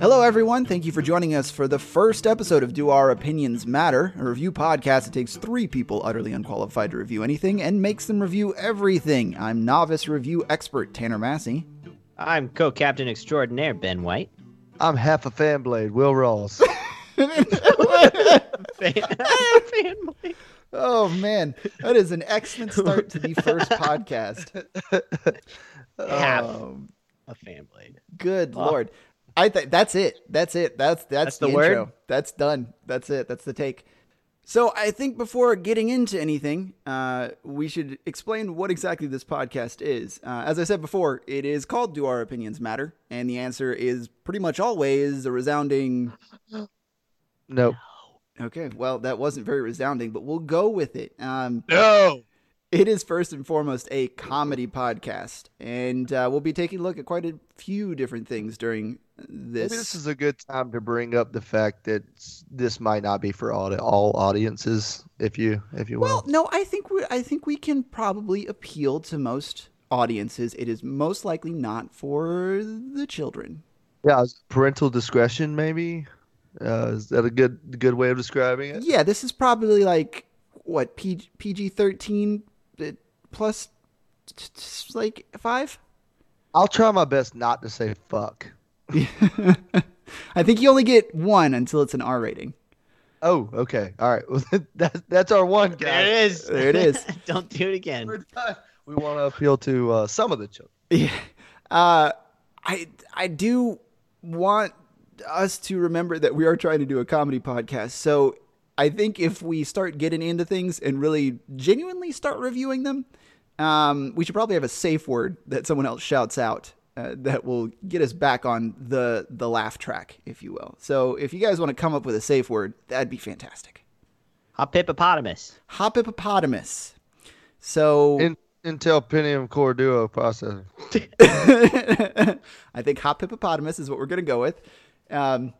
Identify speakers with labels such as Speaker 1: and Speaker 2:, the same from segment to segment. Speaker 1: Hello, everyone. Thank you for joining us for the first episode of Do Our Opinions Matter, a review podcast that takes three people utterly unqualified to review anything and makes them review everything. I'm novice review expert Tanner Massey.
Speaker 2: I'm co-captain extraordinaire Ben White.
Speaker 3: I'm half a fan blade, Will Rawls.
Speaker 2: Fan- Fanboy.
Speaker 1: Oh, man. That is an excellent start to the first podcast.
Speaker 2: Half
Speaker 1: Um,
Speaker 2: a fan blade.
Speaker 1: good
Speaker 2: Wow.
Speaker 1: lord. I think that's it. That's it. That's that's,
Speaker 2: That's the
Speaker 1: intro.
Speaker 2: word?
Speaker 1: That's done. That's it. That's the take. So I think before getting into anything, uh, we should explain what exactly this podcast is. Uh, as I said before, it is called "Do Our Opinions Matter?" and the answer is pretty much always a resounding.
Speaker 3: nope.
Speaker 1: Okay, well that wasn't very resounding, but we'll go with it. Um,
Speaker 3: No.
Speaker 1: it is first and foremost a comedy podcast, and uh, we'll be taking a look at quite a few different things during this.
Speaker 3: Maybe this is a good time to bring up the fact that s- this might not be for all, all audiences, if you if you
Speaker 1: Well,
Speaker 3: will.
Speaker 1: no, I think we I think we can probably appeal to most audiences. It is most likely not for the children.
Speaker 3: yeah, is parental discretion, maybe. Uh, is that a good good way of describing it?
Speaker 1: Yeah, this is probably like what P, PG thirteen uh, plus t- t- like five.
Speaker 3: I'll try my best not to say fuck.
Speaker 1: I think you only get one until it's an R rating.
Speaker 3: Oh, okay, all right. Well, that, that's our one
Speaker 2: There
Speaker 3: guy.
Speaker 2: it is.
Speaker 1: There it is.
Speaker 2: Don't do it again.
Speaker 3: We're done. We want to appeal to uh, some of the children.
Speaker 1: Yeah. Uh, I I do want us to remember that we are trying to do a comedy podcast. So I think if we start getting into things and really genuinely start reviewing them, um, we should probably have a safe word that someone else shouts out. Uh, that will get us back on the the laugh track, if you will. So, if you guys want to come up with a safe word, that'd be fantastic.
Speaker 2: Hop hippopotamus.
Speaker 1: Hop hippopotamus. So,
Speaker 3: In, Intel Pentium Core Duo processor.
Speaker 1: I think hop hippopotamus is what we're going to go with. Um,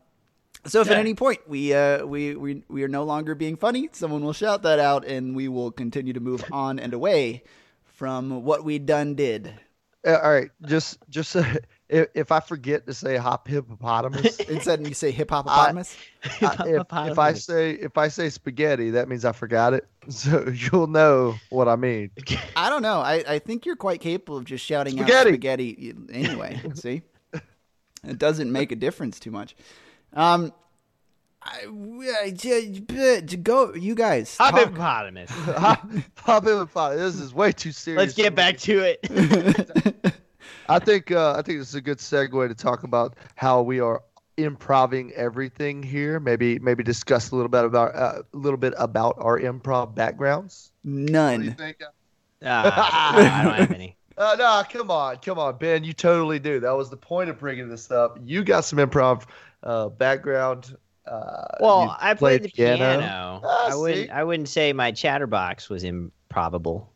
Speaker 1: so if at
Speaker 2: Okay.
Speaker 1: any point we, uh, we we we are no longer being funny, someone will shout that out, and we will continue to move on and away from what we done did.
Speaker 3: Uh, All right, just just so, if, if I forget to say hop hippopotamus,
Speaker 1: Instead, you say hip hippopotamus.
Speaker 3: I- if, if I
Speaker 2: Hippopotamus.
Speaker 3: say if I say spaghetti, that means I forgot it. So you'll know what I mean.
Speaker 1: I don't know. I, I think you're quite capable of just shouting out
Speaker 3: Spaghetti.
Speaker 1: spaghetti anyway. see, it doesn't make a difference too much. Um, I, I, to go, you guys.
Speaker 2: Hop
Speaker 1: talk.
Speaker 2: hippopotamus.
Speaker 3: Hop, hop hippopotamus. This is way too serious.
Speaker 2: Let's
Speaker 3: for
Speaker 2: get
Speaker 3: me.
Speaker 2: back to it.
Speaker 3: I think uh, I think this is a good segue to talk about how we are improving everything here. Maybe maybe discuss a little bit about uh, a little bit about our improv backgrounds. What do you
Speaker 1: None.
Speaker 3: think?
Speaker 2: Ah, no, I don't have any.
Speaker 3: Uh, nah, come on, come on, Ben. You totally do. That was the point of bringing this up. You got some improv uh, background. Uh, you
Speaker 2: Well, I played
Speaker 3: played
Speaker 2: the piano.
Speaker 3: piano. Ah,
Speaker 2: I wouldn't.
Speaker 3: see?
Speaker 2: I wouldn't say my chatterbox was improbable.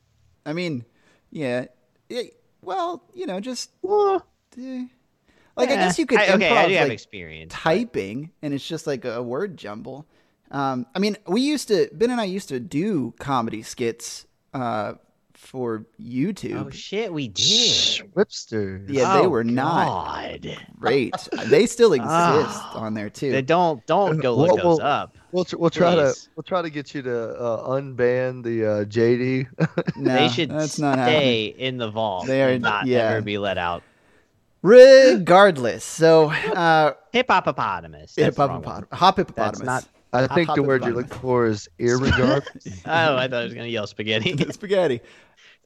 Speaker 1: I mean, yeah. It, well, you know, just eh. like I
Speaker 2: Eh,
Speaker 1: guess you could
Speaker 2: I, okay, I
Speaker 1: improv,
Speaker 2: do have
Speaker 1: like,
Speaker 2: experience.
Speaker 1: typing, and it's just like a word jumble. Um, I mean, we used to Ben and I used to do comedy skits uh, for YouTube.
Speaker 2: Oh shit, we
Speaker 3: Shh,
Speaker 2: did.
Speaker 3: Whipsters.
Speaker 1: yeah, they
Speaker 2: Oh,
Speaker 1: were not
Speaker 2: God.
Speaker 1: great. they still exist
Speaker 2: Ah.
Speaker 1: on there too.
Speaker 2: They don't don't go look
Speaker 3: Well,
Speaker 2: those
Speaker 3: well,
Speaker 2: up.
Speaker 3: We'll, tr- we'll try to
Speaker 2: Please.
Speaker 3: we'll try to get you to uh, unban the uh, JD.
Speaker 1: no,
Speaker 2: they should
Speaker 1: that's
Speaker 2: stay
Speaker 1: not happening.
Speaker 2: in the vault.
Speaker 1: They are-
Speaker 2: and not
Speaker 1: yeah.
Speaker 2: ever be let out.
Speaker 1: Regardless, so uh,
Speaker 2: Hippopotamus. That's the wrong one.
Speaker 1: hippopotamus, hop hippopotamus.
Speaker 2: not-
Speaker 3: I
Speaker 2: Hop,
Speaker 3: think
Speaker 1: hop,
Speaker 3: the word you're
Speaker 1: hippopotamus.
Speaker 3: looking for is irregardless.
Speaker 2: Oh, I thought I was gonna yell spaghetti. I think
Speaker 1: spaghetti.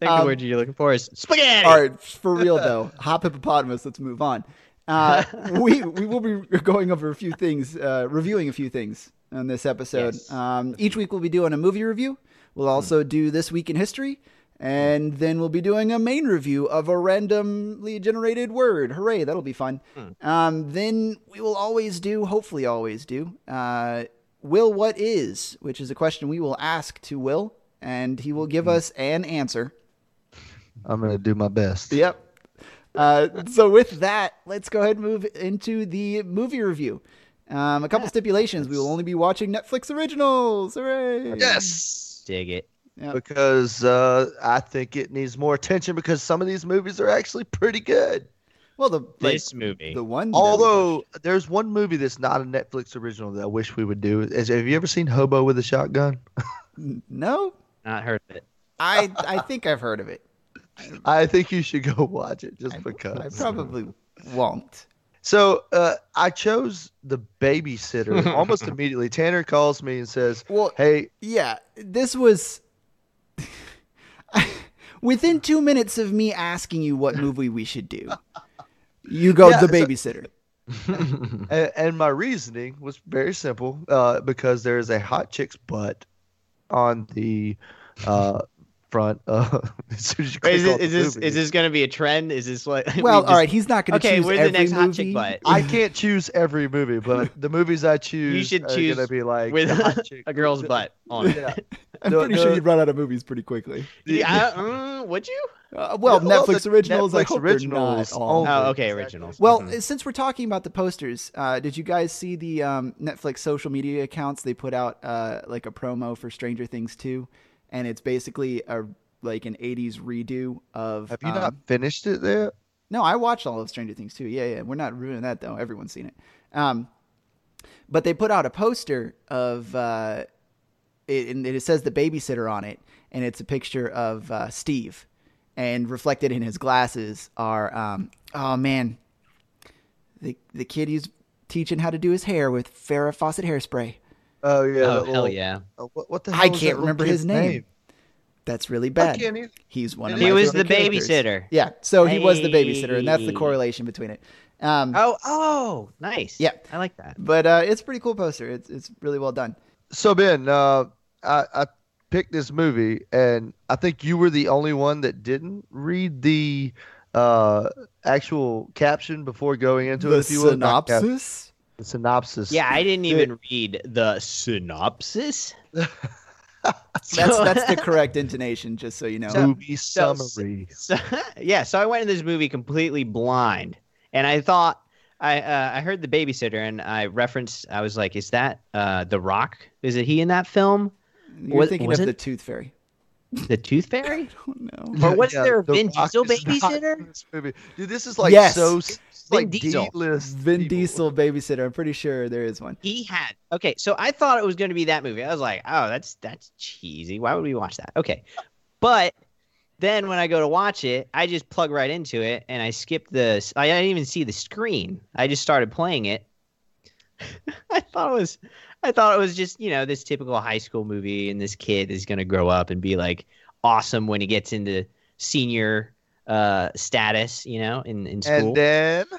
Speaker 1: Um,
Speaker 2: the word you're looking for is spaghetti.
Speaker 1: All right, for real though, hop hippopotamus. Let's move on. Uh, we we will be going over a few things, uh, reviewing a few things on this episode.
Speaker 2: Yes.
Speaker 1: Um, each week we'll be doing a movie review. We'll also do this week in history, and then we'll be doing a main review of a randomly generated word. Hooray! That'll be fun. Um, then we will always do, hopefully always do, uh, Will what is, which is a question we will ask to Will, and he will give us an answer.
Speaker 3: I'm gonna do my best.
Speaker 1: Yep. Uh, so with that, let's go ahead and move into the movie review. Um, a couple stipulations: we will only be watching Netflix originals. Hooray!
Speaker 3: Yes.
Speaker 2: Dig it.
Speaker 3: Because uh, I think it needs more attention because some of these movies are actually pretty good.
Speaker 1: Well, the like,
Speaker 2: this movie.
Speaker 1: the one. that we
Speaker 3: Although there's one movie that's not a Netflix original that I wish we would do. Is, have you ever seen Hobo with a Shotgun?
Speaker 1: watched- no,
Speaker 2: Not heard of it.
Speaker 1: I I think I've heard of it.
Speaker 3: I think you should go watch it just
Speaker 1: I-
Speaker 3: because.
Speaker 1: I probably won't.
Speaker 3: So uh, I chose the babysitter almost immediately. Tanner calls me and says,
Speaker 1: Well,
Speaker 3: "Hey,
Speaker 1: yeah, this was within two minutes of me asking you what movie we should do. You go
Speaker 3: Yeah,
Speaker 1: the
Speaker 3: so-
Speaker 1: babysitter.
Speaker 3: and, and my reasoning was very simple uh, because there is a hot chick's butt on the uh, front of. as soon as you
Speaker 2: Wait, is,
Speaker 3: click
Speaker 2: it,
Speaker 3: on
Speaker 2: is
Speaker 3: the
Speaker 2: this
Speaker 3: movie.
Speaker 2: is this gonna be a trend? Is this like we
Speaker 1: well,
Speaker 2: just-
Speaker 1: all right, he's not going to
Speaker 2: Okay,
Speaker 1: choose
Speaker 2: where's the
Speaker 1: every
Speaker 2: next hot chick
Speaker 1: movie.
Speaker 2: butt?
Speaker 3: I can't choose every movie, but the movies I choose,
Speaker 2: should
Speaker 3: are
Speaker 2: choose
Speaker 3: gonna be like
Speaker 2: with
Speaker 3: the hot
Speaker 2: a,
Speaker 3: chick-
Speaker 2: a girl's
Speaker 3: the-
Speaker 2: butt on it?
Speaker 3: Yeah,
Speaker 1: I'm
Speaker 3: No,
Speaker 1: pretty
Speaker 3: no.
Speaker 1: sure you'd run out of movies pretty quickly.
Speaker 3: the-
Speaker 2: Yeah, I- mm, would you?
Speaker 1: Uh, well,
Speaker 3: Yeah, well,
Speaker 1: Netflix
Speaker 3: the
Speaker 1: originals. I
Speaker 3: Netflix
Speaker 1: hope
Speaker 3: originals
Speaker 1: they're not all.
Speaker 3: only.
Speaker 2: Oh, okay,
Speaker 3: Exactly.
Speaker 2: originals.
Speaker 1: Well, uh,
Speaker 2: Mhm.
Speaker 1: since we're talking about the posters, uh, did you guys see the um, Netflix social media accounts? They put out uh, like a promo for Stranger Things 2, and it's basically a like an 80s redo of.
Speaker 3: Have you
Speaker 1: um,
Speaker 3: not finished it yet?
Speaker 1: No, I watched all of Stranger Things too. Yeah, yeah. We're not ruining that though. Everyone's seen it. Um, but they put out a poster of uh, it, and it says the babysitter on it, and it's a picture of uh, Steve, and reflected in his glasses are um, oh man, the the kid he's teaching how to do his hair with Farrah Fawcett hairspray.
Speaker 3: Oh yeah,
Speaker 2: oh hell
Speaker 3: that little-
Speaker 2: yeah!
Speaker 3: uh, what, what the hell
Speaker 1: I
Speaker 3: was that
Speaker 1: can't
Speaker 3: little
Speaker 1: remember his
Speaker 3: kid's
Speaker 1: name. That's really bad.
Speaker 3: can't either.
Speaker 1: He's one of
Speaker 3: He
Speaker 1: my
Speaker 3: was
Speaker 1: favorite
Speaker 2: the
Speaker 1: characters.
Speaker 2: babysitter.
Speaker 1: Yeah, so he was the babysitter, and that's the
Speaker 2: Hey.
Speaker 1: correlation between it. Um,
Speaker 2: Oh, oh, nice.
Speaker 1: Yeah.
Speaker 2: I like that.
Speaker 1: But uh, it's a pretty cool poster. It's it's really well done.
Speaker 3: So Ben, uh, I, I picked this movie, and I think you were the only one that didn't read the uh, actual caption before going into it. If you will, Not cap- the synopsis.
Speaker 2: Yeah, I didn't
Speaker 3: Dude.
Speaker 2: even read the synopsis.
Speaker 1: That's
Speaker 2: So-
Speaker 1: that's the correct intonation, just so you know.
Speaker 3: movie
Speaker 2: so-
Speaker 3: summary.
Speaker 2: So, yeah, so I went in this movie completely blind, and I thought I uh, I heard the babysitter, and I referenced. I was like, "Is that uh, the Rock? Is it he in that film,
Speaker 1: You're
Speaker 2: was-
Speaker 1: thinking
Speaker 2: was
Speaker 1: of
Speaker 2: it-
Speaker 1: the Tooth Fairy.
Speaker 2: The Tooth Fairy?"
Speaker 1: Oh no.
Speaker 2: Or what's their
Speaker 3: The
Speaker 2: Vin
Speaker 3: Rock
Speaker 2: Diesel
Speaker 3: is not
Speaker 2: babysitter?
Speaker 3: in This movie. Dude, this is like
Speaker 1: Yes.
Speaker 3: so s-
Speaker 2: Vin
Speaker 3: like
Speaker 2: Diesel.
Speaker 3: D-list
Speaker 1: Vin
Speaker 3: people.
Speaker 1: Diesel babysitter. I'm pretty sure there is one.
Speaker 2: He had okay, so I thought it was going to be that movie. I was like, "Oh, that's that's cheesy. Why would we watch that?" Okay, but then when I go to watch it, I just plug right into it, and I skip the. I didn't even see the screen. I just started playing it. I thought it was, I thought it was just you know this typical high school movie, and this kid is going to grow up and be like awesome when he gets into senior uh status, you know, in in school.
Speaker 3: And then oh,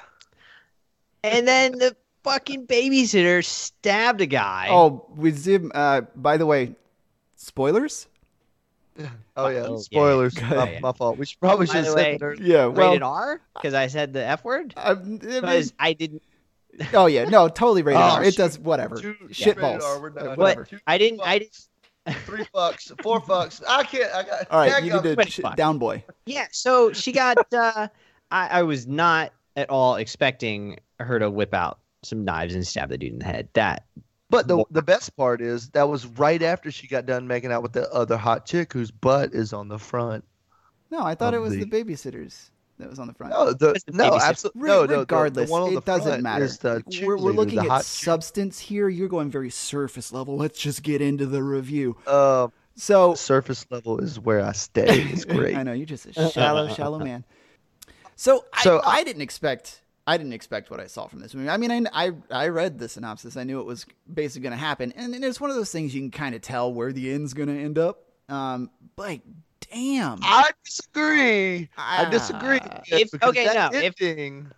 Speaker 2: And then the fucking babysitter stabbed a guy.
Speaker 1: Oh, we zoom. Uh, by the way, spoilers.
Speaker 3: Oh yeah,
Speaker 2: Oh, yeah.
Speaker 3: spoilers.
Speaker 2: Yeah,
Speaker 3: My,
Speaker 2: yeah.
Speaker 3: my fault. We should probably
Speaker 2: By
Speaker 3: should have
Speaker 2: the
Speaker 3: said
Speaker 2: way-
Speaker 3: that earlier.
Speaker 1: Yeah.
Speaker 2: rated
Speaker 1: Well,
Speaker 2: R because I said the F word.
Speaker 1: I, I mean,
Speaker 2: Because I didn't.
Speaker 1: oh yeah. No, totally rated
Speaker 3: Oh,
Speaker 1: R. It
Speaker 3: shoot.
Speaker 1: does whatever.
Speaker 3: Two-
Speaker 1: Shit
Speaker 3: rated
Speaker 1: balls.
Speaker 3: R, we're done.
Speaker 1: What?
Speaker 3: Whatever. Two-
Speaker 2: I didn't. I didn't.
Speaker 3: three fucks, four fucks. I can't. I got.
Speaker 1: All
Speaker 3: yeah, I
Speaker 1: right, you
Speaker 3: got-
Speaker 1: need to
Speaker 2: Wait,
Speaker 1: sh-
Speaker 2: fuck.
Speaker 1: down boy.
Speaker 2: Yeah. So she got. uh I, I was not at all expecting her to whip out some knives and stab the dude in the head. That
Speaker 3: But the the best part is that was right after she got done making out with the other hot chick whose butt is on the front.
Speaker 1: No, I thought it
Speaker 3: Of
Speaker 1: was
Speaker 3: the-
Speaker 1: the babysitters that was on the front.
Speaker 3: No, the,
Speaker 2: That's the
Speaker 3: no,
Speaker 2: babysitter.
Speaker 3: absolutely
Speaker 1: Re-
Speaker 3: no, no. the-
Speaker 1: regardless,
Speaker 3: the one on the
Speaker 1: it doesn't
Speaker 3: front
Speaker 1: matter.
Speaker 3: is the
Speaker 1: We're, we're
Speaker 3: cheerleader,
Speaker 1: looking
Speaker 3: the
Speaker 1: at
Speaker 3: hot
Speaker 1: substance here. You're going very surface level. Let's just get into the review.
Speaker 3: chick. Um,
Speaker 1: So
Speaker 3: surface level is where I stay. It's great.
Speaker 1: I know you're just a shallow, shallow man. So,
Speaker 3: So,
Speaker 1: I, I didn't expect I didn't expect what I saw from this movie. I mean, I I, I read the synopsis. I knew it was basically going to happen, and, and it's one of those things you can kind of tell where the end's going to end up. Um, but damn,
Speaker 3: I disagree. I
Speaker 1: Ah.
Speaker 3: disagree.
Speaker 2: if-
Speaker 3: because
Speaker 2: okay,
Speaker 3: that
Speaker 2: no, if-
Speaker 3: ending-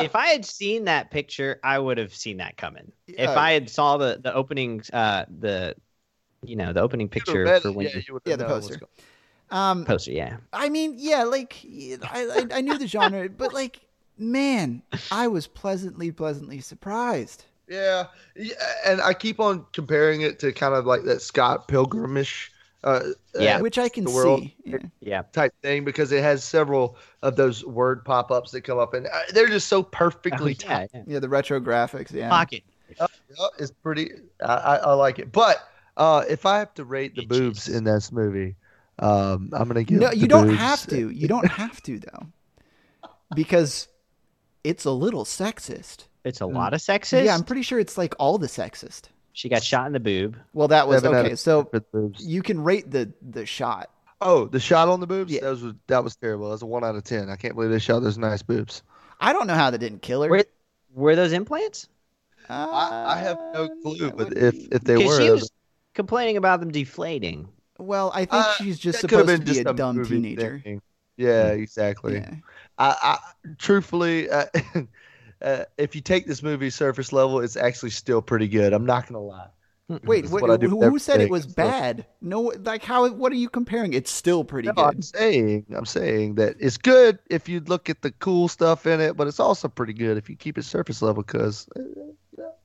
Speaker 2: if I had seen that picture, I would have seen that coming. If
Speaker 3: Yeah.
Speaker 2: I had saw the the opening, uh, the you know the opening
Speaker 3: you
Speaker 2: picture
Speaker 3: read
Speaker 2: for
Speaker 3: it,
Speaker 2: when
Speaker 3: yeah,
Speaker 2: you
Speaker 3: you would've
Speaker 1: yeah, the
Speaker 3: known what's
Speaker 1: poster.
Speaker 3: going-
Speaker 1: Um,
Speaker 2: poster, yeah.
Speaker 1: I mean, yeah, like I, I, I knew the genre, but like, man, I was pleasantly, pleasantly surprised.
Speaker 3: Yeah, yeah, and I keep on comparing it to kind of like that Scott Pilgrimish, uh,
Speaker 2: Yeah.
Speaker 3: uh,
Speaker 1: which I can
Speaker 3: the world.
Speaker 1: see. Yeah.
Speaker 2: Yeah.
Speaker 3: type thing because it has several of those word pop ups that come up, and uh, they're just so perfectly
Speaker 2: Oh, yeah,
Speaker 3: timed.
Speaker 2: yeah.
Speaker 1: Yeah, the retro graphics. Yeah,
Speaker 2: Pocket.
Speaker 3: Yeah, It's pretty. I, I, I like it, but uh, if I have to rate the boobs
Speaker 2: Bitches.
Speaker 3: in this movie, um, I'm gonna give.
Speaker 1: no,
Speaker 3: the
Speaker 1: you don't
Speaker 3: boobs-
Speaker 1: have to. You don't have to though, because it's a little sexist.
Speaker 2: It's a lot of sexist.
Speaker 1: Yeah, I'm pretty sure it's like all the sexist.
Speaker 2: she got shot in the boob.
Speaker 1: Well, that was
Speaker 3: Seven out
Speaker 1: okay.
Speaker 3: of
Speaker 1: So
Speaker 3: for the boobs.
Speaker 1: you can rate the the shot.
Speaker 3: Oh, the shot on the boobs?
Speaker 1: Yeah.
Speaker 3: That was that was terrible. That's a one out of ten. I can't believe they shot those nice boobs.
Speaker 1: I don't know how that didn't kill her.
Speaker 2: Were, were those implants?
Speaker 3: I, I have no
Speaker 1: Uh,
Speaker 3: clue
Speaker 1: that
Speaker 3: but
Speaker 1: would
Speaker 3: if
Speaker 1: be-
Speaker 3: if they
Speaker 2: 'Cause
Speaker 3: were.
Speaker 2: she
Speaker 3: that
Speaker 2: was complaining about them deflating.
Speaker 1: well, I think
Speaker 3: Uh,
Speaker 1: she's just
Speaker 3: that could've
Speaker 1: supposed to be
Speaker 3: just
Speaker 1: a dumb
Speaker 3: movie
Speaker 1: teenager.
Speaker 3: thing. Yeah, exactly.
Speaker 1: Yeah.
Speaker 3: I, I truthfully, uh, uh, if you take this movie surface level, it's actually still pretty good. I'm not gonna lie.
Speaker 1: Wait,
Speaker 3: That's
Speaker 1: what,
Speaker 3: what I do
Speaker 1: who,
Speaker 3: with
Speaker 1: who said it
Speaker 3: everything,
Speaker 1: was
Speaker 3: so-
Speaker 1: bad? No, like how? What are you comparing? It's still pretty
Speaker 3: No, I'm
Speaker 1: good.
Speaker 3: saying, I'm saying that it's good if you look at the cool stuff in it, but it's also pretty good if you keep it surface level. Because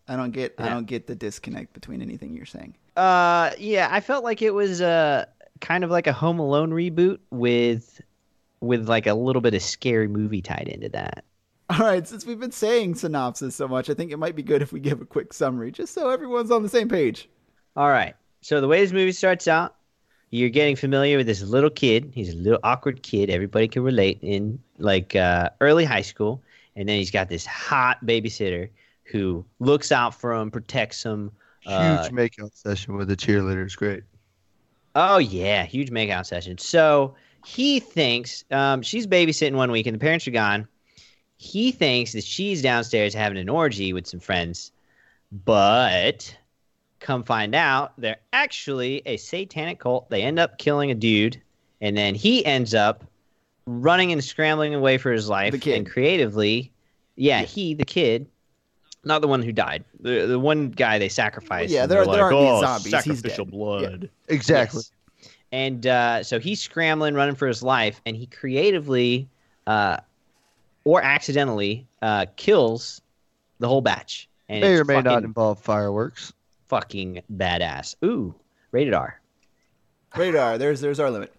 Speaker 1: I don't get. I
Speaker 2: Yeah.
Speaker 1: don't get the disconnect between anything you're saying.
Speaker 2: Uh, yeah, I felt like it was uh kind of like a Home Alone reboot with with like a little bit of scary movie tied into that.
Speaker 1: All right, since we've been saying synopsis so much, I think it might be good if we give a quick summary, just so everyone's on the same page.
Speaker 2: All right. So the way this movie starts out, you're getting familiar with this little kid. He's a little awkward kid. Everybody can relate in like uh, early high school, and then he's got this hot babysitter who looks out for him, protects him.
Speaker 3: huge
Speaker 2: Uh,
Speaker 3: makeout session with the cheerleaders, great.
Speaker 2: Oh yeah, huge makeout session. So he thinks um, she's babysitting one week and the parents are gone. He thinks that she's downstairs having an orgy with some friends, but come find out they're actually a satanic cult. They end up killing a dude, and then he ends up running and scrambling away for his life.
Speaker 1: The kid.
Speaker 2: And creatively, yeah, he the kid. Not the one who died. The the one guy they sacrificed.
Speaker 1: yeah,
Speaker 2: and
Speaker 1: there-
Speaker 2: they're
Speaker 1: there
Speaker 2: like,
Speaker 1: aren't
Speaker 2: "Oh,
Speaker 1: any zombies. He's
Speaker 2: sacrificial
Speaker 1: dead."
Speaker 2: blood.
Speaker 3: Exactly.
Speaker 2: Yes. And uh, so he's scrambling, running for his life, and he creatively uh, or accidentally uh, kills the whole batch. And
Speaker 3: May
Speaker 2: it's
Speaker 3: or may
Speaker 2: fucking,
Speaker 3: not involve fireworks.
Speaker 2: fucking badass. Ooh, rated R.
Speaker 1: Radar, there's there's our limit.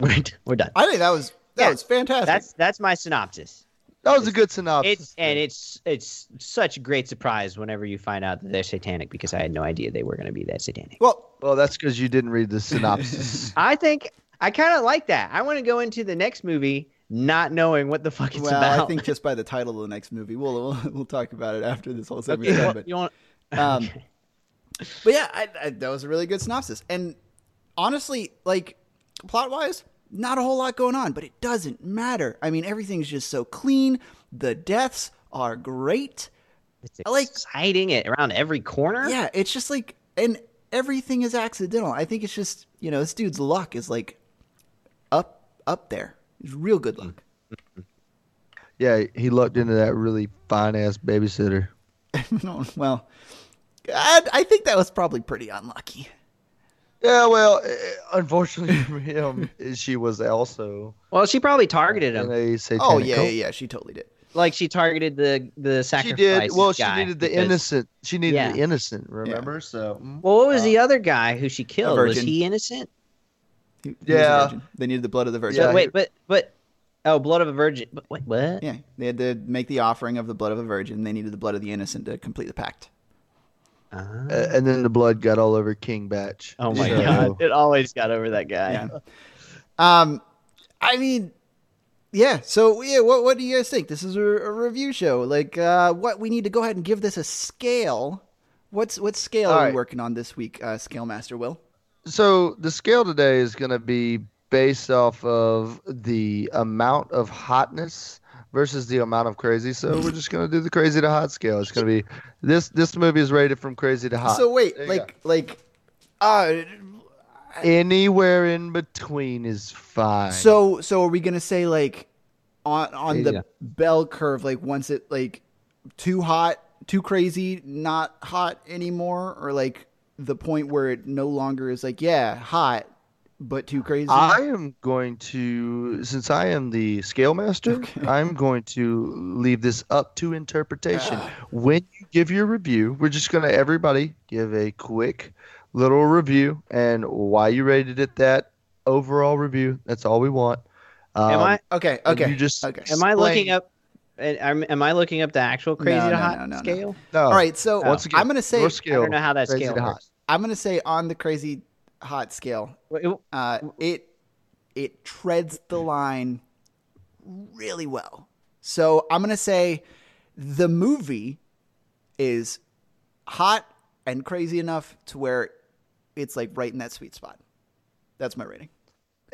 Speaker 2: Right, We're done.
Speaker 1: I think that was that
Speaker 2: Yeah,
Speaker 1: was fantastic.
Speaker 2: That's that's my synopsis.
Speaker 3: That was a good
Speaker 1: Oh,
Speaker 3: synopsis.
Speaker 2: It's and it's it's such a great surprise whenever you find out that they're satanic because I had no idea they were going to be that satanic.
Speaker 1: well,
Speaker 3: well, that's because you didn't read the synopsis.
Speaker 2: I think I kind of like that. I want to go into the next movie not knowing what the fuck it's
Speaker 1: well,
Speaker 2: about.
Speaker 1: I think just by the title of the next movie, we'll we'll, we'll talk about it after this whole segment's
Speaker 2: you,
Speaker 1: done.
Speaker 2: want-
Speaker 1: But
Speaker 2: you want-
Speaker 1: Um,
Speaker 2: Okay.
Speaker 1: But yeah, I, I, that was a really good synopsis. And honestly, like plot wise, not a whole lot going on, but it doesn't matter. I mean, everything's just so clean. The deaths are great.
Speaker 2: It's
Speaker 1: I like-
Speaker 2: exciting it around every corner.
Speaker 1: Yeah, it's just like, and everything is accidental. I think it's just you know this dude's luck is like up up there. It's real good luck.
Speaker 3: yeah, he lucked into that really fine ass babysitter. Mm.
Speaker 1: No, well, I, I think that was probably pretty unlucky.
Speaker 3: Yeah, well, eh, unfortunately for him, eh, she was also
Speaker 2: Well, she probably targeted
Speaker 3: in
Speaker 2: him.
Speaker 3: a satanic
Speaker 1: Oh yeah, yeah,
Speaker 3: cult.
Speaker 1: yeah, she totally did.
Speaker 2: Like she targeted the the
Speaker 3: She
Speaker 2: sacrifice.
Speaker 3: did. Well, she
Speaker 2: guy
Speaker 3: needed the
Speaker 2: because-
Speaker 3: innocent. She needed the
Speaker 2: Yeah.
Speaker 3: innocent. Remember? So mm.
Speaker 2: Well, what was the other guy who she killed? Was
Speaker 1: virgin.
Speaker 2: he innocent?
Speaker 1: He- he was a
Speaker 3: Yeah.
Speaker 1: virgin. they needed the blood of the virgin.
Speaker 3: Yeah,
Speaker 2: So,
Speaker 3: he-
Speaker 2: wait, but but oh, blood of a virgin. But wait, what?
Speaker 1: Yeah, they had to make the offering of the blood of a virgin. They needed the blood of the innocent to complete the pact.
Speaker 2: Ah.
Speaker 3: Uh, and then the blood got all over King Batch.
Speaker 2: oh my
Speaker 3: So,
Speaker 2: god! It always got over that guy.
Speaker 1: Yeah. Um, I mean, yeah. So yeah, what what do you guys think? This is a, a review show. Like, uh, what we need to go ahead and give this a scale. What's what scale
Speaker 3: All
Speaker 1: are we
Speaker 3: right.
Speaker 1: working on this week, uh, Scale Master Will?
Speaker 3: So the scale today is going to be based off of the amount of hotness versus the amount of crazy. So we're just going to do the crazy to hot scale. It's going to be this. This movie is rated from crazy to hot.
Speaker 1: So wait,
Speaker 3: There you
Speaker 1: like like, uh,
Speaker 3: anywhere in between is fine.
Speaker 1: so so are we gonna say like on on the
Speaker 2: Yeah.
Speaker 1: bell curve? Like once it like too hot, too crazy, not hot anymore, or like the point where it no longer is like yeah hot but too crazy. Uh,
Speaker 3: I am going to, since I am the scale master, I'm going to leave this up to interpretation.
Speaker 1: Ah.
Speaker 3: When you give your review, we're just going to everybody give a quick little review and why you rated it that overall review. That's all we want. Um,
Speaker 2: Am I
Speaker 1: okay,
Speaker 3: and
Speaker 1: okay.
Speaker 3: You just
Speaker 1: okay.
Speaker 2: am I
Speaker 3: explain-
Speaker 2: looking up? Am am I looking up the actual crazy
Speaker 1: No,
Speaker 2: to
Speaker 1: no,
Speaker 2: hot
Speaker 1: no, no, no.
Speaker 2: scale?
Speaker 3: No,
Speaker 1: All right, so
Speaker 3: Once again,
Speaker 1: I'm gonna say
Speaker 3: your
Speaker 2: I
Speaker 3: scale.
Speaker 2: don't know how that
Speaker 3: Crazy
Speaker 2: scale
Speaker 3: to hot.
Speaker 2: works.
Speaker 1: I'm gonna say on the crazy hot scale,
Speaker 2: Wait,
Speaker 1: uh, it it treads the line really well. So I'm going to say the movie is hot and crazy enough to where it's like right in that sweet spot. That's my rating.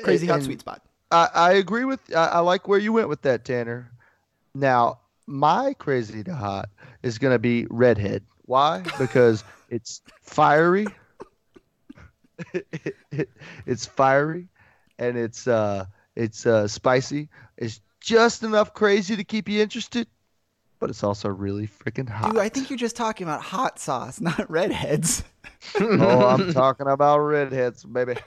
Speaker 1: Crazy hot
Speaker 3: And-
Speaker 1: sweet spot.
Speaker 3: I, I agree with. I, I like where you went with that, Tanner. Now, my crazy to hot is going to be redhead. Why? Because it's fiery. it's fiery, and it's uh, it's uh, spicy. It's just enough crazy to keep you interested, but it's also really freaking hot.
Speaker 1: Dude, I think you're just talking about hot sauce, not redheads.
Speaker 3: oh, I'm talking about redheads, baby.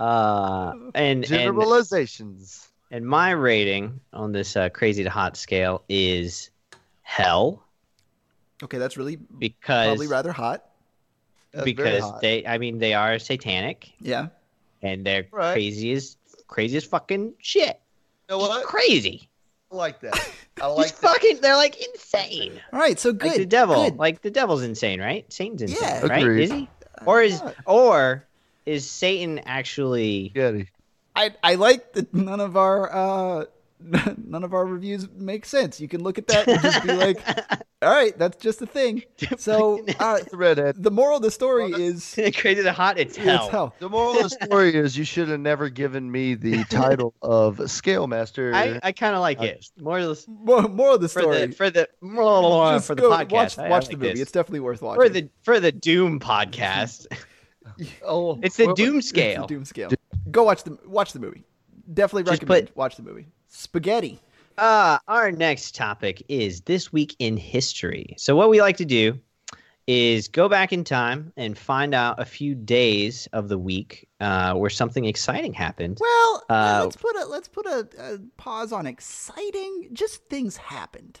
Speaker 2: Uh, and, and
Speaker 3: Generalizations.
Speaker 2: and my rating on this uh, crazy to hot scale is hell
Speaker 1: Okay, that's really
Speaker 2: because
Speaker 1: probably rather hot.
Speaker 3: That's very
Speaker 2: because
Speaker 3: hot.
Speaker 2: they I mean they are satanic
Speaker 1: Yeah.
Speaker 2: and they're
Speaker 3: Right.
Speaker 2: crazy as crazy as fucking shit.
Speaker 3: you know
Speaker 2: Just
Speaker 3: what?
Speaker 2: Crazy.
Speaker 3: I like that. I
Speaker 2: Just
Speaker 3: like that.
Speaker 2: fucking they're like insane.
Speaker 1: All right, so good.
Speaker 2: like the devil.
Speaker 1: good.
Speaker 2: Like the devil's insane, right? Satan's insane,
Speaker 1: Yeah.
Speaker 2: right?
Speaker 3: Agreed.
Speaker 2: Is he? Or is
Speaker 1: Yeah.
Speaker 2: or is Satan actually
Speaker 3: Spaghetti.
Speaker 1: I I like that none of our uh none of our reviews make sense. You can look at that and just be like, all right, that's just a thing. So uh
Speaker 3: It's redhead.
Speaker 1: the moral of the story
Speaker 3: Well,
Speaker 1: is
Speaker 2: crazy to hot? It's hell.
Speaker 1: it's hell.
Speaker 3: The moral of the story is you should have never given me the title of scale master.
Speaker 2: I, I kind of like it more or less
Speaker 1: Mo- Moral of the
Speaker 2: for
Speaker 1: story.
Speaker 2: the for the for,
Speaker 1: just
Speaker 2: the
Speaker 1: go
Speaker 2: podcast.
Speaker 1: watch,
Speaker 2: I- I
Speaker 1: watch the
Speaker 2: like
Speaker 1: movie.
Speaker 2: this.
Speaker 1: It's definitely worth watching.
Speaker 2: for the for the Doom podcast.
Speaker 3: oh,
Speaker 2: It's the
Speaker 3: well,
Speaker 2: Doom
Speaker 1: It's the
Speaker 2: scale.
Speaker 1: doom scale. Go watch the watch the movie. Definitely
Speaker 2: Just
Speaker 1: recommend watch the movie. Spaghetti.
Speaker 2: Uh, our next topic is this week in history. So what we like to do is go back in time and find out a few days of the week uh, where something exciting happened.
Speaker 1: Well,
Speaker 2: Uh,
Speaker 1: let's put a let's put a, a pause on exciting. Just things happened.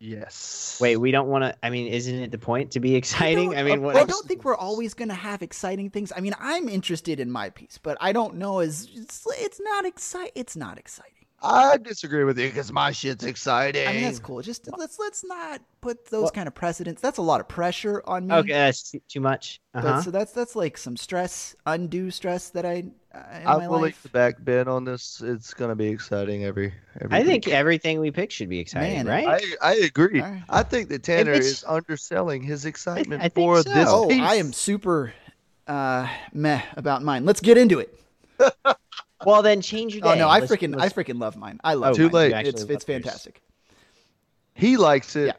Speaker 3: Yes.
Speaker 2: Wait, we don't want to. I mean, isn't it the point to be exciting? I,
Speaker 1: don't-
Speaker 2: mean,
Speaker 1: of
Speaker 2: what,
Speaker 1: I don't think we're always going to have exciting things. I mean, I'm interested in my piece, but I don't know as it's, it's not exciting. It's not exciting.
Speaker 3: I disagree with you because my shit's exciting.
Speaker 1: I mean, that's cool. Just let's let's not put those kind of precedents. That's a lot of pressure on me.
Speaker 2: okay, Mm-hmm. that's too much.
Speaker 1: But-
Speaker 2: Uh-huh.
Speaker 1: so that's that's like some stress, undue stress that I uh, in my
Speaker 3: I'm willing
Speaker 1: life.
Speaker 3: to back Ben on this. It's gonna be exciting every. every
Speaker 2: I think
Speaker 3: week.
Speaker 2: everything we pick should be exciting,
Speaker 1: Man,
Speaker 2: right?
Speaker 3: I, I agree.
Speaker 1: All right.
Speaker 3: I think that Tanner
Speaker 2: it's-
Speaker 3: is underselling his excitement
Speaker 2: I think
Speaker 3: for
Speaker 2: so.
Speaker 3: this.
Speaker 1: Oh,
Speaker 3: piece.
Speaker 1: I am super uh, meh about mine. Let's get into it.
Speaker 2: well, then change your day.
Speaker 1: Oh no, I
Speaker 2: Let's-
Speaker 1: freaking I
Speaker 2: let's-
Speaker 1: freaking love mine. I love
Speaker 3: Oh, Too
Speaker 1: mine.
Speaker 3: late.
Speaker 2: actually
Speaker 1: It's
Speaker 2: love yours.
Speaker 1: it's fantastic.
Speaker 3: He likes it.
Speaker 1: Yeah.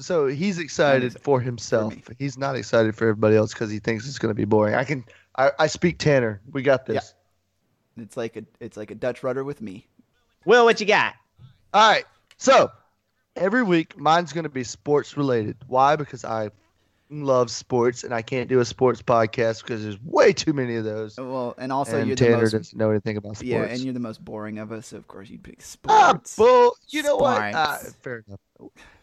Speaker 3: So he's excited
Speaker 1: excited
Speaker 3: for himself. he's not excited for everybody else because he thinks it's going to be boring. I can, I, I speak Tanner. We got this.
Speaker 1: It's like a it's like a Dutch rudder with me.
Speaker 2: Will, what you got?
Speaker 3: All right. So every week, mine's going to be sports related. Why? Because I love sports and I can't do a sports podcast because there's way too many of those.
Speaker 1: Well, and also
Speaker 3: and
Speaker 1: you're
Speaker 3: Tanner
Speaker 1: the most
Speaker 3: doesn't know anything about sports.
Speaker 1: yeah, and you're the most boring of us. So of course you'd pick
Speaker 3: ah,
Speaker 1: sports.
Speaker 3: bull. You know what? Uh,
Speaker 1: Sports.
Speaker 3: fair enough.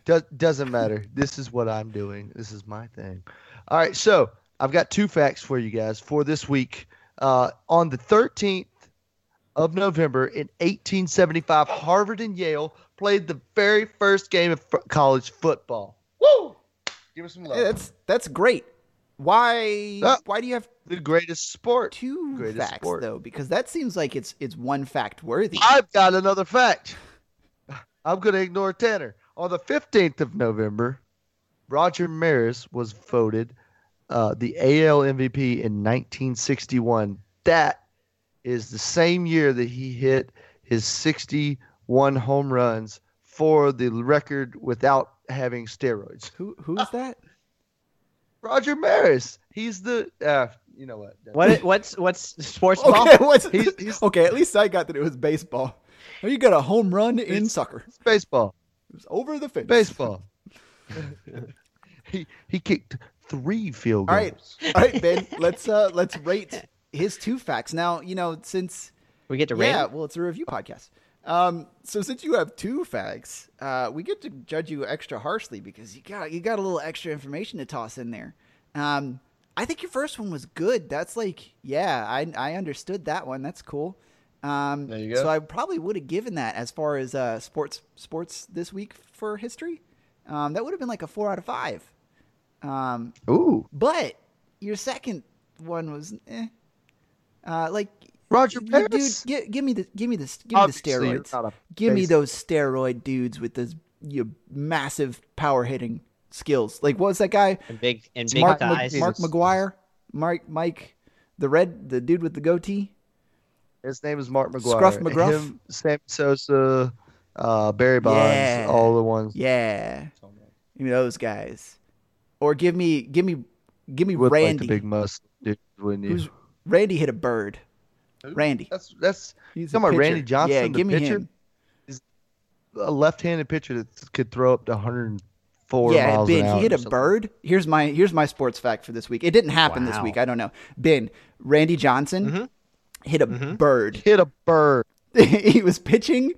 Speaker 3: Does, doesn't matter. This is what I'm doing. This is my thing. All right. So I've got two facts for you guys for this week. Uh, on the 13th of November in 1875, Harvard and Yale played the very first game of f- college football. Woo! Give us some love.
Speaker 1: Yeah, that's that's great. Why
Speaker 3: Ah.
Speaker 1: why do you have
Speaker 3: the greatest sport.
Speaker 1: two
Speaker 3: Greatest
Speaker 1: facts
Speaker 3: sport.
Speaker 1: though? Because that seems like it's it's one fact worthy.
Speaker 3: I've got another fact. I'm going to ignore Tanner. On the 15th of November, Roger Maris was voted uh, the AL MVP in 1961. That is the same year that he hit his 61 home runs for the record without having steroids.
Speaker 1: Who who's that?
Speaker 3: Roger Maris, he's the uh, you know what?
Speaker 2: What what's what's sports ball?
Speaker 1: Okay, what's,
Speaker 3: He's- he's-
Speaker 1: okay, at least I got that it was baseball. Oh, you got a home run in
Speaker 3: He's-
Speaker 1: soccer.
Speaker 3: It's baseball.
Speaker 1: It was over the fence.
Speaker 3: Baseball. he he kicked three field
Speaker 1: All
Speaker 3: goals.
Speaker 1: right. All right, Ben. Let's uh let's rate his two facts. Now, you know, since
Speaker 2: We get to rate.
Speaker 1: yeah, well, it's a review podcast. Um, so since you have two facts, uh, we get to judge you extra harshly because you got you got a little extra information to toss in there. Um, I think your first one was good. That's like, yeah, I I understood that one. That's cool. Um,
Speaker 3: There you go.
Speaker 1: So I probably would have given that as far as uh, sports sports this week for history. Um, that would have been like a four out of five. Um,
Speaker 3: Ooh.
Speaker 1: but your second one was eh. Uh, like
Speaker 3: Roger
Speaker 1: dude,
Speaker 3: Paris.
Speaker 1: gi- give me the give me the give me the
Speaker 3: Obviously, you're
Speaker 1: steroids.
Speaker 3: not a
Speaker 1: Give me
Speaker 3: face-
Speaker 1: those steroid dudes with those you massive power hitting skills. Like what was that guy?
Speaker 2: and big and big
Speaker 1: Mark Ma-
Speaker 2: thighs.
Speaker 1: Mark McGuire, Mike Mike, the red the dude with the goatee.
Speaker 3: His name is Mark McGuire.
Speaker 1: Scruff McGruff?
Speaker 3: Him, Sam Sosa, uh, Barry Bonds,
Speaker 1: Yeah.
Speaker 3: all the ones.
Speaker 1: Yeah, give me those guys. Or give me give me give me
Speaker 3: With like
Speaker 1: Randy.
Speaker 3: the big muscle dude, wouldn't you?
Speaker 1: Who's- Randy hit a bird.
Speaker 3: Who?
Speaker 1: Randy.
Speaker 3: that's that's
Speaker 1: He's
Speaker 3: Talking
Speaker 1: a
Speaker 3: about
Speaker 1: pitcher.
Speaker 3: Randy Johnson,
Speaker 1: Yeah,
Speaker 3: the
Speaker 1: give me
Speaker 3: pitcher?
Speaker 1: him.
Speaker 3: a left-handed pitcher that could throw up to 104
Speaker 1: yeah,
Speaker 3: miles
Speaker 1: Ben,
Speaker 3: an hour.
Speaker 1: he hit
Speaker 3: or
Speaker 1: a
Speaker 3: something.
Speaker 1: bird. Here's my here's my sports fact for this week. It didn't happen this
Speaker 2: Wow.
Speaker 1: week. I don't know. Ben, Randy Johnson
Speaker 2: Mhm.
Speaker 3: Mm-hmm.
Speaker 1: hit a
Speaker 2: Mhm.
Speaker 1: bird.
Speaker 3: Hit a bird.
Speaker 1: he was pitching,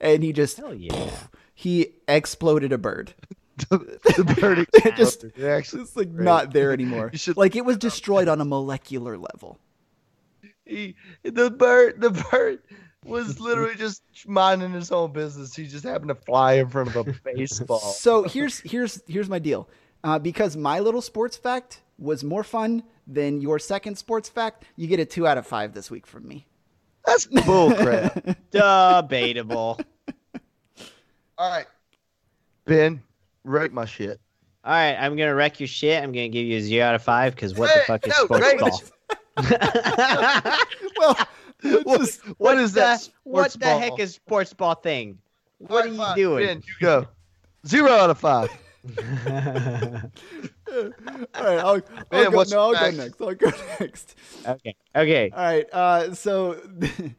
Speaker 1: and he just
Speaker 2: Hell yeah.
Speaker 1: he exploded a bird.
Speaker 3: the bird
Speaker 1: Just-
Speaker 3: exploded. It actually,
Speaker 1: It's like
Speaker 3: Right.
Speaker 1: not there anymore.
Speaker 3: You should-
Speaker 1: like it was destroyed on a molecular level.
Speaker 3: he, the bird, the bird was literally just minding his own business. He just happened to fly in front of a baseball.
Speaker 1: So here's here's here's my deal. Uh, because my little sports fact was more fun than your second sports fact, you get a two out of five this week from me.
Speaker 3: That's bullcrap.
Speaker 2: Debatable.
Speaker 3: All right, Ben, rate my shit.
Speaker 2: All right, I'm gonna wreck your shit. I'm gonna give you a zero out of five because what the
Speaker 3: Hey,
Speaker 2: fuck is
Speaker 3: no,
Speaker 2: sports
Speaker 3: great.
Speaker 2: ball?
Speaker 1: Well,
Speaker 3: What-
Speaker 1: just-
Speaker 3: what is that?
Speaker 2: That's- what
Speaker 3: sports
Speaker 2: the
Speaker 3: ball?
Speaker 2: heck is sports ball thing? What are
Speaker 3: Right,
Speaker 2: you
Speaker 3: fine. Ben,
Speaker 2: doing?
Speaker 3: you go. Zero out of five.
Speaker 1: All right, I'll, I'll go,
Speaker 3: Man, what's
Speaker 1: no, I'll
Speaker 3: next?
Speaker 1: go next. I'll go next.
Speaker 2: okay. Okay.
Speaker 1: All right. Uh, so,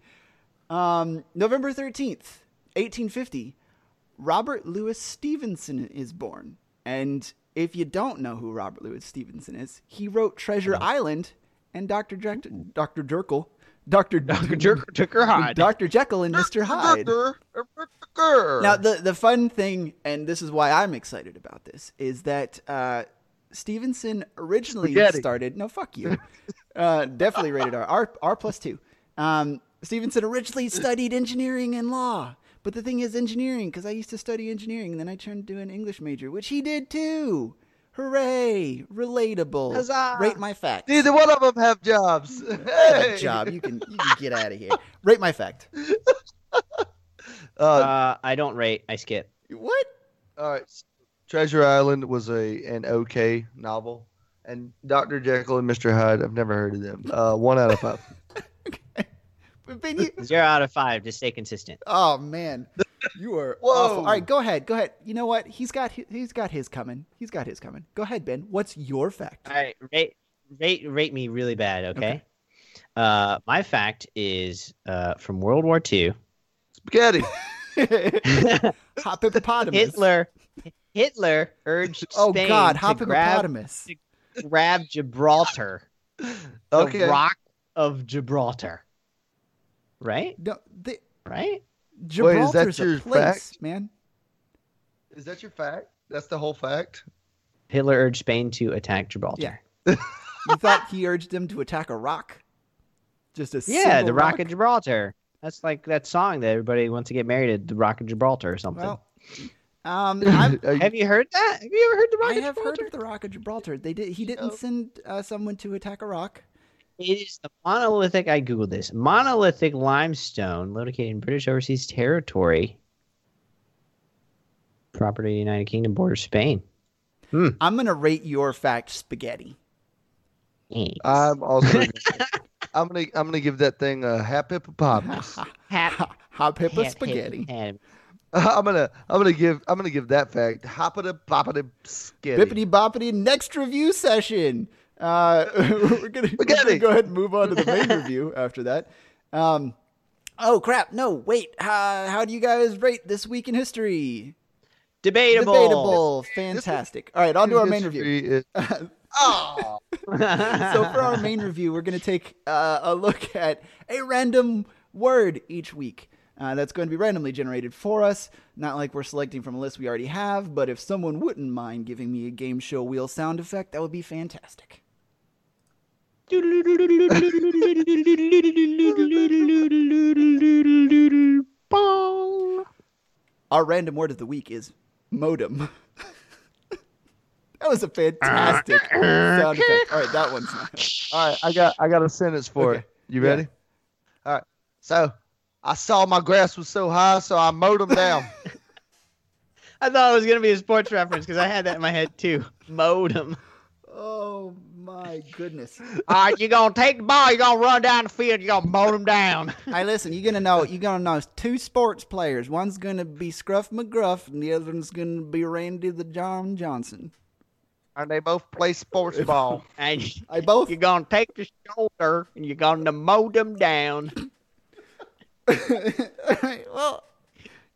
Speaker 1: um, November thirteenth, eighteen fifty, Robert Louis Stevenson is born. And if you don't know who Robert Louis Stevenson is, he wrote Treasure Island and Doctor Jack- Doctor Jerkel, Doctor Doctor
Speaker 2: Jerk took her hot.
Speaker 1: Doctor Jekyll and Mister Hyde. Now, the the fun thing, and this is why I'm excited about this, is that uh, Stevenson originally
Speaker 3: Spaghetti.
Speaker 1: started. No, fuck you. uh, definitely rated R. R R plus two. Um, Stevenson originally studied engineering and law, but the thing is engineering because I used to study engineering, and then I turned to an English major, which he did too. Hooray! Relatable.
Speaker 2: Huzzah.
Speaker 1: Rate my facts.
Speaker 3: Neither one of them have jobs.
Speaker 1: Good
Speaker 3: Hey.
Speaker 1: job. You can you can get out of here. Rate my fact.
Speaker 3: Uh,
Speaker 2: Uh, I don't rate. I skip.
Speaker 1: What?
Speaker 3: all right. so Treasure Island was a an okay novel, and Doctor Jekyll and Mister Hyde. I've never heard of them. Uh, one out of five.
Speaker 1: Ben, you-
Speaker 2: Zero out of five to stay consistent.
Speaker 1: Oh man, you are
Speaker 3: Whoa.
Speaker 1: awful. All right, go ahead, go ahead. You know what? He's got hi- he's got his coming. He's got his coming. Go ahead, Ben. What's your fact?
Speaker 2: All right, rate rate rate me really bad. Okay.
Speaker 1: Okay.
Speaker 2: Uh, my fact is uh, from World War II.
Speaker 3: Spaghetti.
Speaker 1: Hop hippopotamus.
Speaker 2: Hitler Hitler urged
Speaker 1: Oh
Speaker 2: Spain
Speaker 1: God,
Speaker 2: to
Speaker 1: hop
Speaker 2: grab,
Speaker 1: hippopotamus.
Speaker 2: grab Gibraltar.
Speaker 3: Okay.
Speaker 2: The Rock of Gibraltar. Right?
Speaker 1: No, the,
Speaker 2: Right?
Speaker 1: Gibraltar's
Speaker 3: your
Speaker 1: a place,
Speaker 3: fact?
Speaker 1: man.
Speaker 3: Is that your fact? That's the whole fact.
Speaker 2: Hitler urged Spain to attack Gibraltar.
Speaker 1: Yeah. You thought he urged them to attack a rock? Just a
Speaker 2: Yeah,
Speaker 1: single
Speaker 2: the Rock of Gibraltar. That's like that song that everybody wants to get married at, the Rock of Gibraltar or something.
Speaker 1: Well, um, I'm,
Speaker 3: Are you-
Speaker 2: have you heard that? Have you ever heard the Rock
Speaker 1: I
Speaker 2: of
Speaker 1: have heard
Speaker 2: Gibraltar?
Speaker 1: of the Rock of Gibraltar. They did. He
Speaker 3: No.
Speaker 1: didn't send uh, someone to attack a rock.
Speaker 2: It is the monolithic. I googled this monolithic limestone located in British Overseas Territory, property of the United Kingdom, border of Spain.
Speaker 1: I'm gonna rate your fact spaghetti.
Speaker 2: Thanks.
Speaker 3: I'm also. I'm gonna I'm gonna give that thing a half hippopotamus.
Speaker 2: Hap-
Speaker 1: Hop, hop hippo
Speaker 2: hap-
Speaker 1: spaghetti.
Speaker 2: hip- hap-
Speaker 3: I'm gonna I'm gonna give I'm gonna give that fact hoppity poppity skitty.
Speaker 1: Bippity boppity next review session. Uh, we're gonna, we're gonna
Speaker 3: Spaghetti.
Speaker 1: go ahead and move on to the main review after that. Um, oh crap! No, wait. Uh, how do you guys rate this week in history?
Speaker 2: Debatable.
Speaker 1: Debatable. Fantastic. All right, on to our main review.
Speaker 3: History is- oh,
Speaker 1: so for our main review, we're going to take uh, a look at a random word each week. Uh, that's going to be randomly generated for us. Not like we're selecting from a list we already have, but if someone wouldn't mind giving me a game show wheel sound effect, that would be fantastic.
Speaker 2: Bong.
Speaker 1: Our random word of the week is modem. that was a fantastic sound effect. All right, that one's not.
Speaker 3: all right, I got I got a sentence for
Speaker 1: Okay.
Speaker 3: it. You
Speaker 1: Yeah.
Speaker 3: ready? All right. So I saw my grass was so high, so I mowed them down.
Speaker 2: I thought it was gonna be a sports reference because I had that in my head too. Modem.
Speaker 1: Oh my goodness!
Speaker 2: All right, you're gonna take the ball, you're gonna run down the field, you're gonna mow them down.
Speaker 1: Hey, listen, you're gonna know you're gonna know two sports players. One's gonna be Scruff McGruff, and the other one's gonna be Randy the John Johnson.
Speaker 3: and they both play sports ball.
Speaker 2: And
Speaker 1: I both.
Speaker 2: you're gonna take the shoulder and you're gonna mow them down.
Speaker 1: well,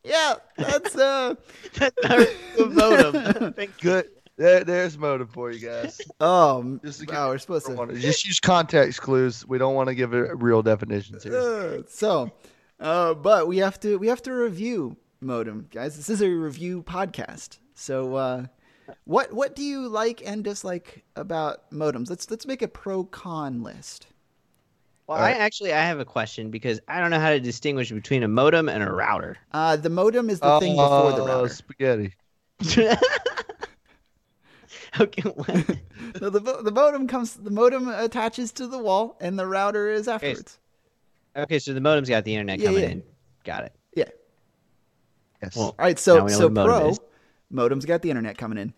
Speaker 1: yeah, that's uh.
Speaker 2: That's our modem. Thank
Speaker 3: Good. There, there's motive for you guys.
Speaker 1: Um,
Speaker 3: Just to give
Speaker 1: wow, we're supposed to.
Speaker 3: Just use context clues. We don't want to give it real definitions here.
Speaker 1: Uh, so, uh, but we have to we have to review Modem, guys. This is a review podcast. So, uh, what what do you like and dislike about modems? Let's let's make a pro con list.
Speaker 2: Well,
Speaker 3: All
Speaker 2: I
Speaker 3: right.
Speaker 2: actually I have a question because I don't know how to distinguish between a modem and a router.
Speaker 1: Uh, the modem is the thing before the
Speaker 3: Oh,
Speaker 1: router.
Speaker 3: Spaghetti.
Speaker 2: okay, what?
Speaker 1: No, the the modem comes. The modem attaches to the wall, and the router is afterwards.
Speaker 2: okay, so the modem's got the internet
Speaker 1: Yeah,
Speaker 2: coming
Speaker 1: yeah.
Speaker 2: in. Got it.
Speaker 1: Yeah.
Speaker 3: Yes.
Speaker 2: Well,
Speaker 1: All right.
Speaker 2: Now
Speaker 1: So
Speaker 2: we know
Speaker 1: so
Speaker 2: what modem
Speaker 1: pro
Speaker 2: is.
Speaker 1: modem's got the internet coming in.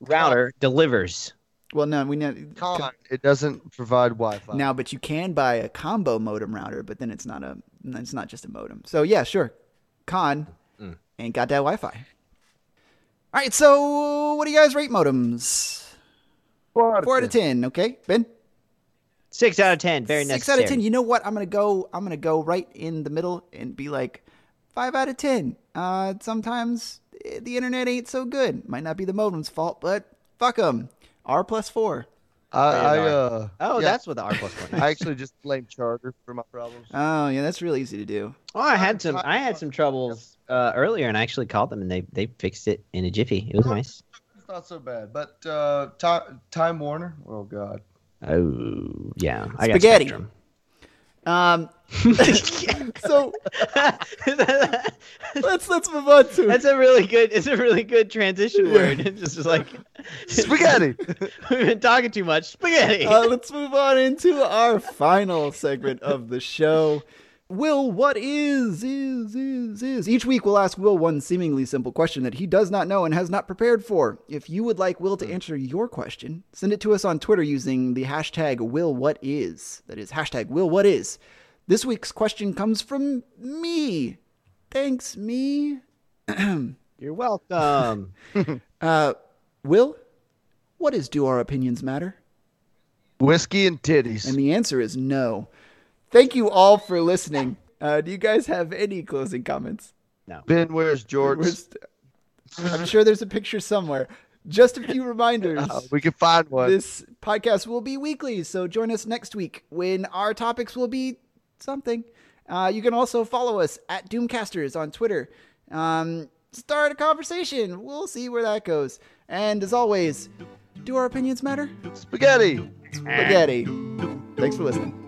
Speaker 2: Router delivers.
Speaker 1: Well, no, we know.
Speaker 3: Con. It doesn't provide Wi-Fi.
Speaker 1: Now, but you can buy a combo modem router, but then it's not a it's not just a modem. So yeah, sure. Con ain't got that Wi-Fi. All right, so what do you guys rate modems?
Speaker 3: four out of
Speaker 1: Four out of ten. Okay, Ben.
Speaker 2: Six out of ten. Very
Speaker 1: Six
Speaker 2: necessary.
Speaker 1: out of ten. You know what? I'm gonna go. I'm gonna go right in the middle and be like five out of ten. Uh, sometimes eh, the internet ain't so good. Might not be the modem's fault, but fuck them. R plus four.
Speaker 3: I, I,
Speaker 2: Radar.
Speaker 3: uh,
Speaker 2: Oh,
Speaker 3: yeah,
Speaker 2: that's what the R plus one. is.
Speaker 3: I actually just blame Charter for my problems.
Speaker 1: Oh yeah, that's real easy to do.
Speaker 2: Oh, I had some. I had some troubles uh, earlier, and I actually called them, and they they fixed it in a jiffy. It was nice.
Speaker 3: It's not so bad, but uh, Ti- Time Warner. Oh God.
Speaker 2: Oh yeah, I got
Speaker 1: Spaghetti.
Speaker 2: Spectrum.
Speaker 1: Um, so let's let's move on to
Speaker 2: That's a really good. It's a really good transition word. It's just like
Speaker 3: Spaghetti.
Speaker 2: We've been talking too much. Spaghetti.
Speaker 1: uh, let's move on into our final segment of the show. Will, what is, is, is, is? Each week we'll ask Will one seemingly simple question that he does not know and has not prepared for. If you would like Will to answer your question, send it to us on Twitter using the hashtag WillWhatIs. That is hashtag WillWhatIs. This week's question comes from me. Thanks, me.
Speaker 2: You're welcome.
Speaker 1: Uh, Will, what is Do Our Opinions Matter?
Speaker 3: Whiskey and titties.
Speaker 1: And the answer is no. Thank you all for listening. Uh, do you guys have any closing comments?
Speaker 3: ben wears George.
Speaker 1: We're st- I'm sure there's a picture somewhere. Just a few reminders.
Speaker 3: Uh, we can find one.
Speaker 1: This podcast will be weekly, so join us next week when our topics will be something. Uh, you can also follow us at Doomcasters on Twitter. Um, start a conversation. We'll see where that goes. And as always, do our opinions matter?
Speaker 3: Spaghetti.
Speaker 1: Spaghetti. Thanks for listening.